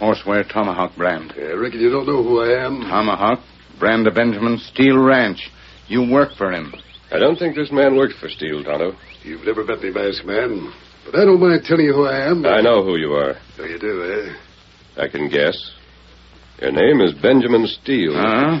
Horseware Tomahawk brand. I reckon Uh, you don't know who I am. Tomahawk, brand of Benjamin Steel Ranch. You work for him. I don't think this man worked for Steele, Tonto. You've never met me, masked man. But I don't mind telling you who I am. I know who you are. Oh, you do, eh? I can guess. Your name is Benjamin Steele. Huh?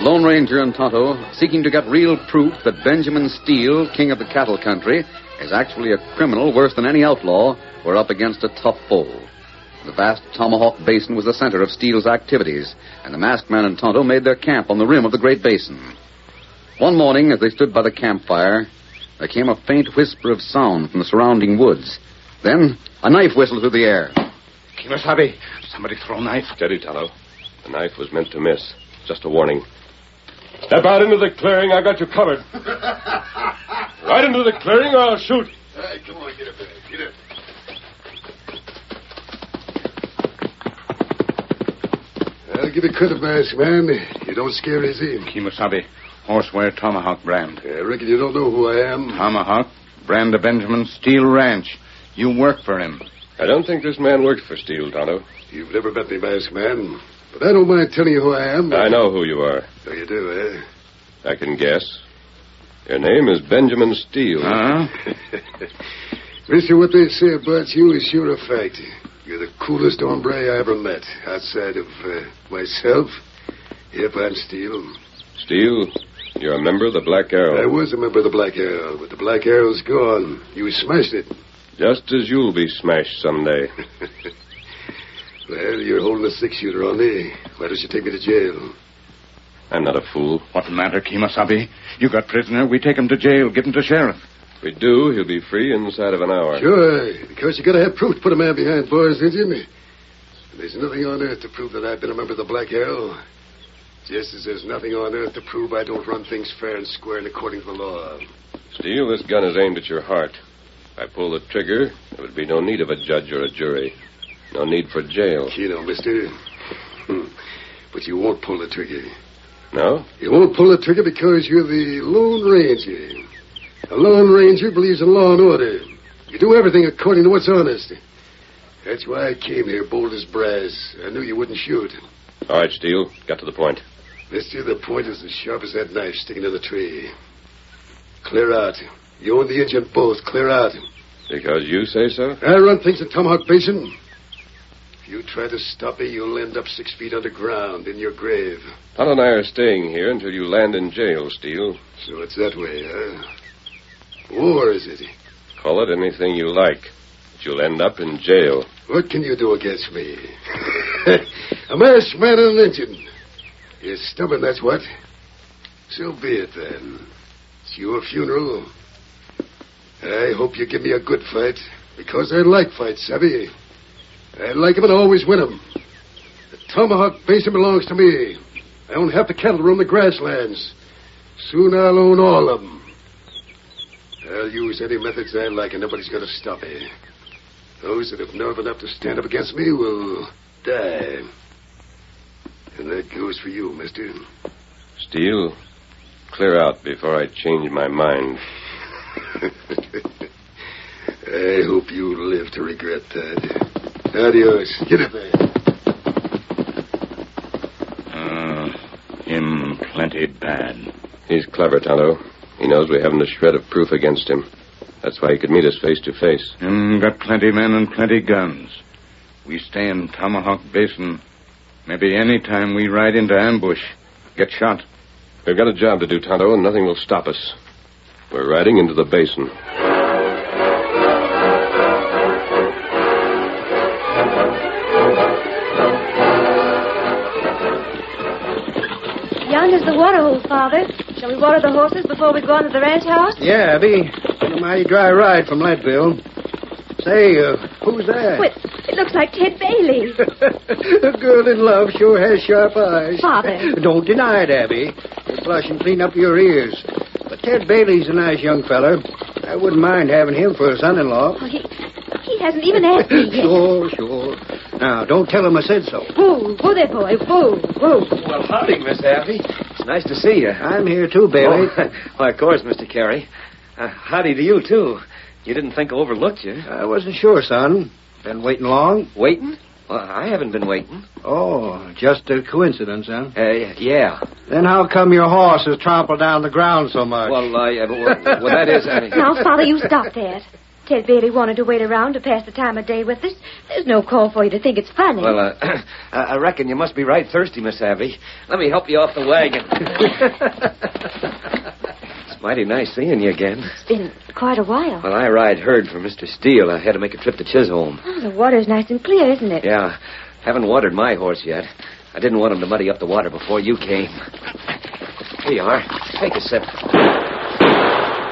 Lone Ranger and Tonto seeking to get real proof that Benjamin Steele, king of the cattle country, is actually a criminal worse than any outlaw, were up against a tough foe. The vast Tomahawk Basin was the center of Steele's activities, and the masked man and Tonto made their camp on the rim of the Great Basin. One morning, as they stood by the campfire, there came a faint whisper of sound from the surrounding woods. Then, a knife whistled through the air. Kimasabi, somebody throw knife. Steady, Tonto. The knife was meant to miss. Just a warning. Step out into the clearing. I got you covered. right into the clearing or I'll shoot. All right, come on, get up there. Get up. I'll give you credit, masked man. You don't scare his aim. Kimasabi, horseware Tomahawk brand. I reckon you don't know who I am. Tomahawk, brand of Benjamin Steel Ranch. You work for him. I don't think this man worked for Steele, Tonto. You've never met me, masked man. But I don't mind telling you who I am. I know who you are. Oh, you do, eh? I can guess. Your name is Benjamin Steele. Huh? Mister, what they say about you is sure a fact. You're the coolest hombre I ever met, outside of uh, myself. Yep, I'm Steele. Steele, you're a member of the Black I Arrow. was a member of the Black Arrow, but the Black Arrow's gone. You smashed it. Just as you'll be smashed someday. Well, you're holding a six-shooter on me. Why don't you take me to jail? I'm not a fool. What matter, Kimasabi? You got prisoner. We take him to jail, give him to sheriff. If we do, he'll be free inside of an hour. Sure, because you gotta have proof to put a man behind bars, didn't you? And there's nothing on earth to prove that I've been a member of the Black Arrow. Just as there's nothing on earth to prove I don't run things fair and square and according to the law. Steele, this gun is aimed at your heart. If I pull the trigger, there would be no need of a judge or a jury. No need for jail. You know, mister. Hmm. But you won't pull the trigger. No? You won't pull the trigger because you're the Lone Ranger. A Lone Ranger believes in law and order. You do everything according to what's honest. That's why I came here, bold as brass. I knew you wouldn't shoot. All right, Steele. Got to the point. Mister, the point is as sharp as that knife sticking to the tree. Clear out. You and the engine both. Clear out. Because you say so? I run things at Tomahawk Basin. If you try to stop me, you'll end up six feet underground in your grave. Todd and I are staying here until you land in jail, Steele. So it's that way, huh? War, is it? Call it anything you like. But you'll end up in jail. What can you do against me? a masked man and an engine. You're stubborn, that's what. So be it, then. It's your funeral. I hope you give me a good fight, because I like fights, savvy. I like 'em and I always win 'em. The tomahawk basin belongs to me. I own half the cattle room, the grasslands. Soon I'll own all of 'em. I'll use any methods I like, and nobody's going to stop me. Those that have nerve enough to stand up against me will die. And that goes for you, mister. Steele, clear out before I change my mind. I hope you live to regret that. Adios. Get it there. Uh, him plenty bad. He's clever, Tonto. He knows we haven't a shred of proof against him. That's why he could meet us face to face. Him got plenty men and plenty guns. We stay in Tomahawk Basin. Maybe any time we ride into ambush, get shot. We've got a job to do, Tonto, and nothing will stop us. We're riding into the basin. Yonder's the water hole, Father. Shall we water the horses before we go on to the ranch house? Yeah, be been a mighty dry ride from Leadville. Say, uh, who's that? Oh, it, it looks like Ted Bailey. a girl in love sure has sharp eyes. Father. Don't deny it, Abby. You're blushing clean up your ears. But Ted Bailey's a nice young feller. I wouldn't mind having him for a son-in-law. Oh, he, he hasn't even asked me yet. sure, sure. Now, don't tell him I said so. Whoa, whoa there, boy. Whoa, whoa. Well, howdy, Miss Abby. It's nice to see you. I'm here too, Bailey. Oh, why, of course, Mr. Carey. Uh, howdy to you, too. You didn't think I overlooked you. I wasn't sure, son. Been waiting long? Waiting? Well, I haven't been waiting. Oh, just a coincidence, huh? Uh, yeah. Then how come your horse has trampled down the ground so much? Well, uh, yeah, but, well, well, that is, uh, I mean... Now, Father, you stop that. Ted Bailey wanted to wait around to pass the time of day with us. There's no call for you to think it's funny. Well, uh, I I reckon you must be right thirsty, Miss Abby. Let me help you off the wagon. it's mighty nice seeing you again. it's been quite a while. Well, I ride herd for Mr. Steele. I had to make a trip to Chisholm. Oh, the water's nice and clear, isn't it? Yeah, haven't watered my horse yet. I didn't want him to muddy up the water before you came. Here you are. Take a sip.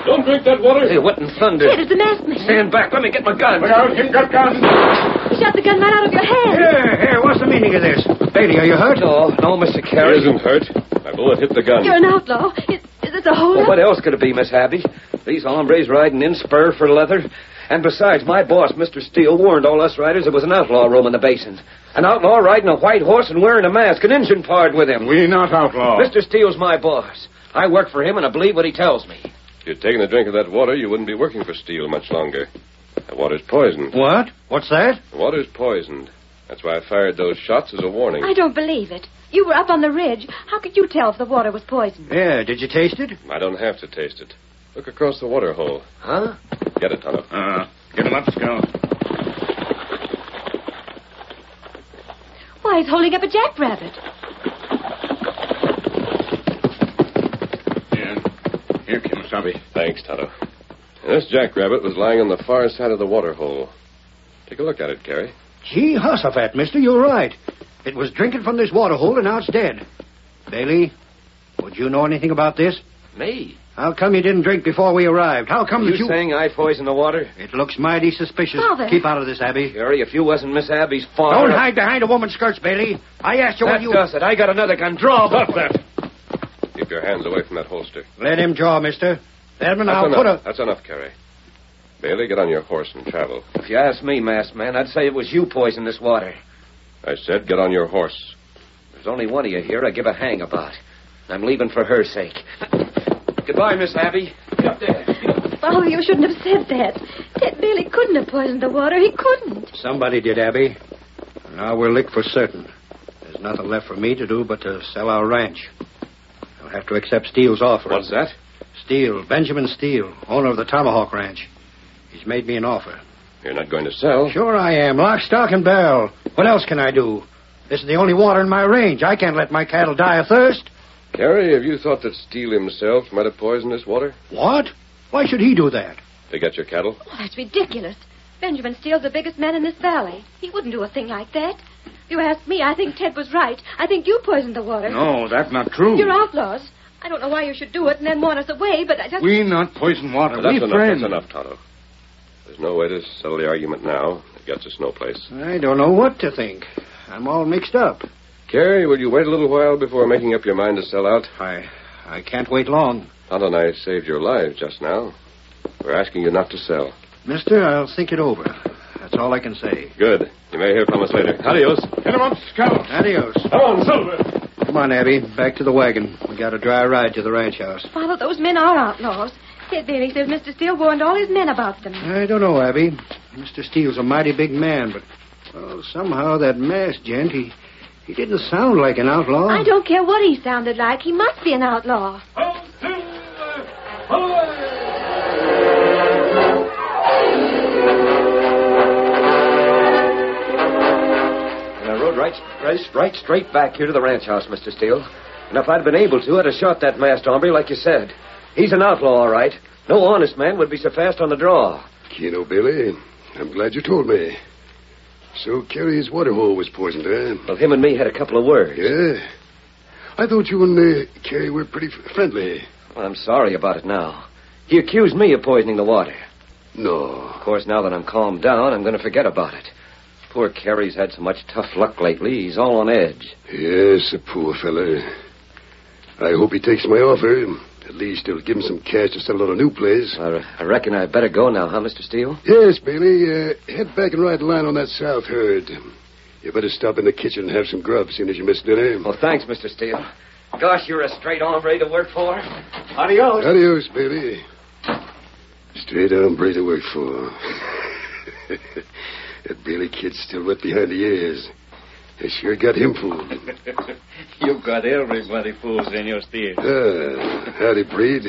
Don't drink that water. Hey, what in thunder? Ted, it's the masked man. Stand back. Let me get my gun. him got guns. You shot the gun right out of your hand. Here, here, what's the meaning of this? Bailey, are you hurt? No, no, He Mr. Carey. isn't hurt. My bullet hit the gun. You're an outlaw. Is, is this a Well, holdup? what else could it be, Miss Abby? These hombres riding in spur for leather. And besides, my boss, Mr. Steele, warned all us riders there was an outlaw roaming the basin. An outlaw riding a white horse and wearing a mask, an engine pard with him. We not outlaw. Mr. Steele's my boss. I work for him and I believe what he tells me. If you'd taken a drink of that water, you wouldn't be working for Steele much longer. That water's poisoned. What? What's that? The water's poisoned. That's why I fired those shots as a warning. I don't believe it. You were up on the ridge. How could you tell if the water was poisoned? Yeah, did you taste it? I don't have to taste it. Look across the water hole. Huh? Get it, Tonto. Uh, get him up, Scout. Why, he's holding up a jackrabbit. Here. Here, Kimasabi. Thanks, Tonto. And this jackrabbit was lying on the far side of the water hole. Take a look at it, Carrie. Gee, Hussafat, mister, you're right. It was drinking from this water hole and now it's dead. Bailey, would you know anything about this? Me? How come you didn't drink before we arrived? How come You, that you... saying I poisoned the water? It looks mighty suspicious. Father. Keep out of this, Abby. Jerry, if you wasn't Miss Abby's father... Don't hide behind a woman's skirts, Bailey. I asked you That what you... does it. I got another gun. Draw, Stop Butler. Keep your hands away from that holster. Let him draw, mister. Edmund, That's I'll put enough. a... That's enough, Carrie. Bailey, get on your horse and travel. If you ask me, masked man, I'd say it was you poisoned this water. I said, get on your horse. There's only one of you here I give a hang about. I'm leaving for her sake. Goodbye, Miss Abby. Get up there. Father, Oh, you shouldn't have said that. Ted Bailey couldn't have poisoned the water. He couldn't. Somebody did, Abby. Now we're licked for certain. There's nothing left for me to do but to sell our ranch. I'll have to accept Steele's offer. What's that? Steele, Benjamin Steele, owner of the Tomahawk Ranch. He's made me an offer. You're not going to sell. Sure I am. Lock, stock, and barrel. What else can I do? This is the only water in my range. I can't let my cattle die of thirst. Carrie, have you thought that Steele himself might have poisoned this water What? Why should he do that? to get your cattle? Oh, that's ridiculous. Benjamin Steele's the biggest man in this valley. He wouldn't do a thing like that. You ask me. I think Ted was right. I think you poisoned the water. No, that's not true. You're outlaws. I don't know why you should do it and then warn us away, but I just. We not poison water. Now, that's Uh, we enough. friends. That's enough, Tonto. There's no way to settle the argument now. It gets us no place. I don't know what to think. I'm all mixed up. Carrie, will you wait a little while before making up your mind to sell out? I I can't wait long. Tonto and I saved your lives just now. We're asking you not to sell. Mister, I'll think it over. That's all I can say. Good. You may hear from us later. Adios. Get 'em up, Scout. Adios. Come on, Silver. Come on, Abby. Back to the wagon. We got a dry ride to the ranch house. Father, those men are outlaws. Ted Bailey says Mr. Steele warned all his men about them. I don't know, Abby. Mr. Steele's a mighty big man, but well, somehow that masked gent, he, he didn't sound like an Oh. outlaw. I don't care what he sounded like. He must be an outlaw. And I rode right, right, right straight back here to the ranch house, Mr. Steele. And if I'd been able to, I'd have shot that masked hombre like you said. He's an outlaw, all right. No honest man would be so fast on the draw. Keno Billy, I'm glad you told me. So Carrie's water hole was poisoned, eh? Well, him and me had a couple of words. Yeah. I thought you and uh, Carrie were pretty f- friendly. Well, I'm sorry about it now. He accused me of poisoning the water. No. Of course, now that I'm calmed down, I'm going to forget about it. Poor Kerry's had so much tough luck lately, he's all on edge. Yes, a poor fella. I hope he takes my offer. At least it'll give him some cash to settle on a new place. I, re- I reckon I'd better go now, huh, Mr. Steele? Yes, Bailey. Uh, head back and ride line on that south herd. You better stop in the kitchen and have some grub, seeing as you missed dinner. Well, thanks, Mr. Steele. Gosh, you're a straight hombre to work for. Adios. Adios, Bailey. Straight hombre to work for. that Bailey kid's still wet behind the ears. I sure got him fooled. You got everybody fooled, Senor Steele. Ah, howdy, Breed.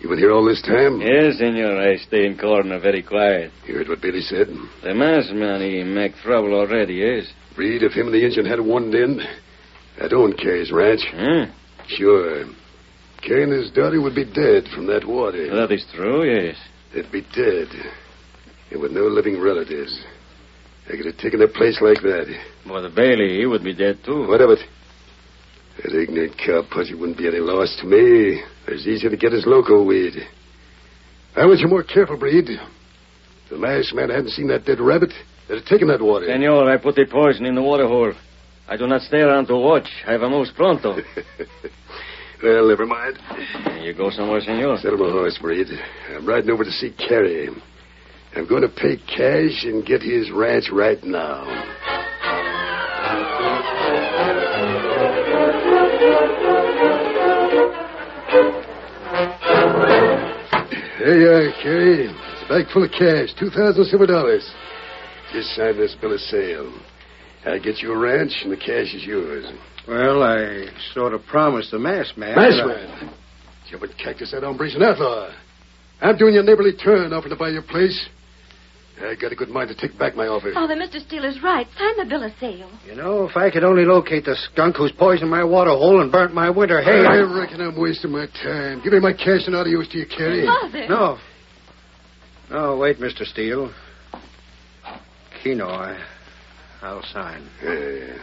You been here all this time? Yes, senor, I stay in corner very quiet. You heard what Bailey said. The masked man, he make trouble already, yes? Breed, if him and the engine had one end, that owned Carrie's ranch. Huh? Sure. Carrie and his daughter would be dead from that water. That is true, yes. They'd be dead. And with no living relatives. I could have taken a place like that. But the Bailey, he would be dead, too. What of it? That ignorant cowpuncher wouldn't be any loss to me. It's easy to get his loco weed. I was you more careful, Breed. If The last man hadn't seen that dead rabbit. They'd have taken that water. Senor, I put the poison in the water hole. I do not stay around to watch. I vamos pronto. well, never mind. you go somewhere, senor. Settle my horse, Breed. I'm riding over to see Carrie. I'm going to pay cash and get his ranch right now. There you are, uh, Carrie. It's a bag full of cash, two thousand silver dollars. Just sign this bill of sale. I get you a ranch, and the cash is yours. Well, I sort of promised the masked man. uh, that I- Bashman! You would cactus that hombre's an outlaw. I'm doing your neighborly turn, offering to buy your place. I got a good mind to take back my offer. Father, Mr. Steele is right. Sign the bill of sale. You know, if I could only locate the skunk who's poisoned my water hole and burnt my winter hay. I I- reckon I'm wasting my time. Give me my cash and adios to you, Carrie. Father. No. No, wait, Mr. Steele. Keno, I, I'll sign. Yeah.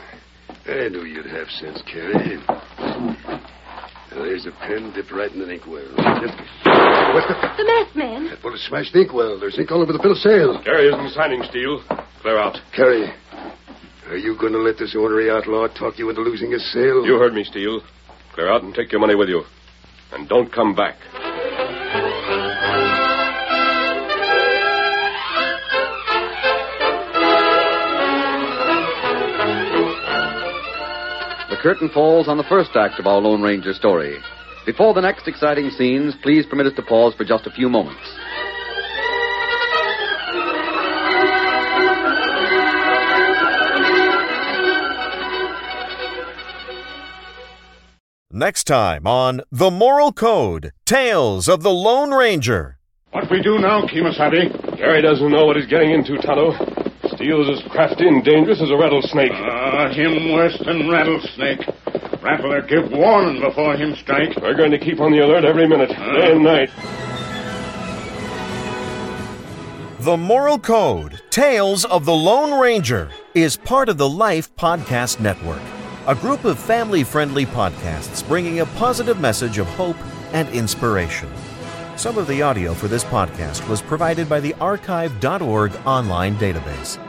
I knew you'd have sense, Carrie. Now, there's a pen dipped right in an inkwell. What's the... The masked man. That bullet smashed the inkwell. There's ink all over the bill of sale. Carrie isn't signing, Steele. Clear out. Carrie, are you going to let this ornery outlaw talk you into losing his sale? You heard me, Steele. Clear out and take your money with you. And don't come back. The curtain falls on the first act of our Lone Ranger story. Before the next exciting scenes, please permit us to pause for just a few moments. Next time on The Moral Code Tales of the Lone Ranger. What we do now, Kemosabe? Carrie doesn't know what he's getting into, Tonto. Steele's as crafty and dangerous as a rattlesnake. Ah, him worse than rattlesnake. Rattler give warning before him strike. We're going to keep on the alert every minute, day and night. The Moral Code Tales of the Lone Ranger is part of the Life Podcast Network, a group of family friendly podcasts bringing a positive message of hope and inspiration. Some of the audio for this podcast was provided by the archive.org online database.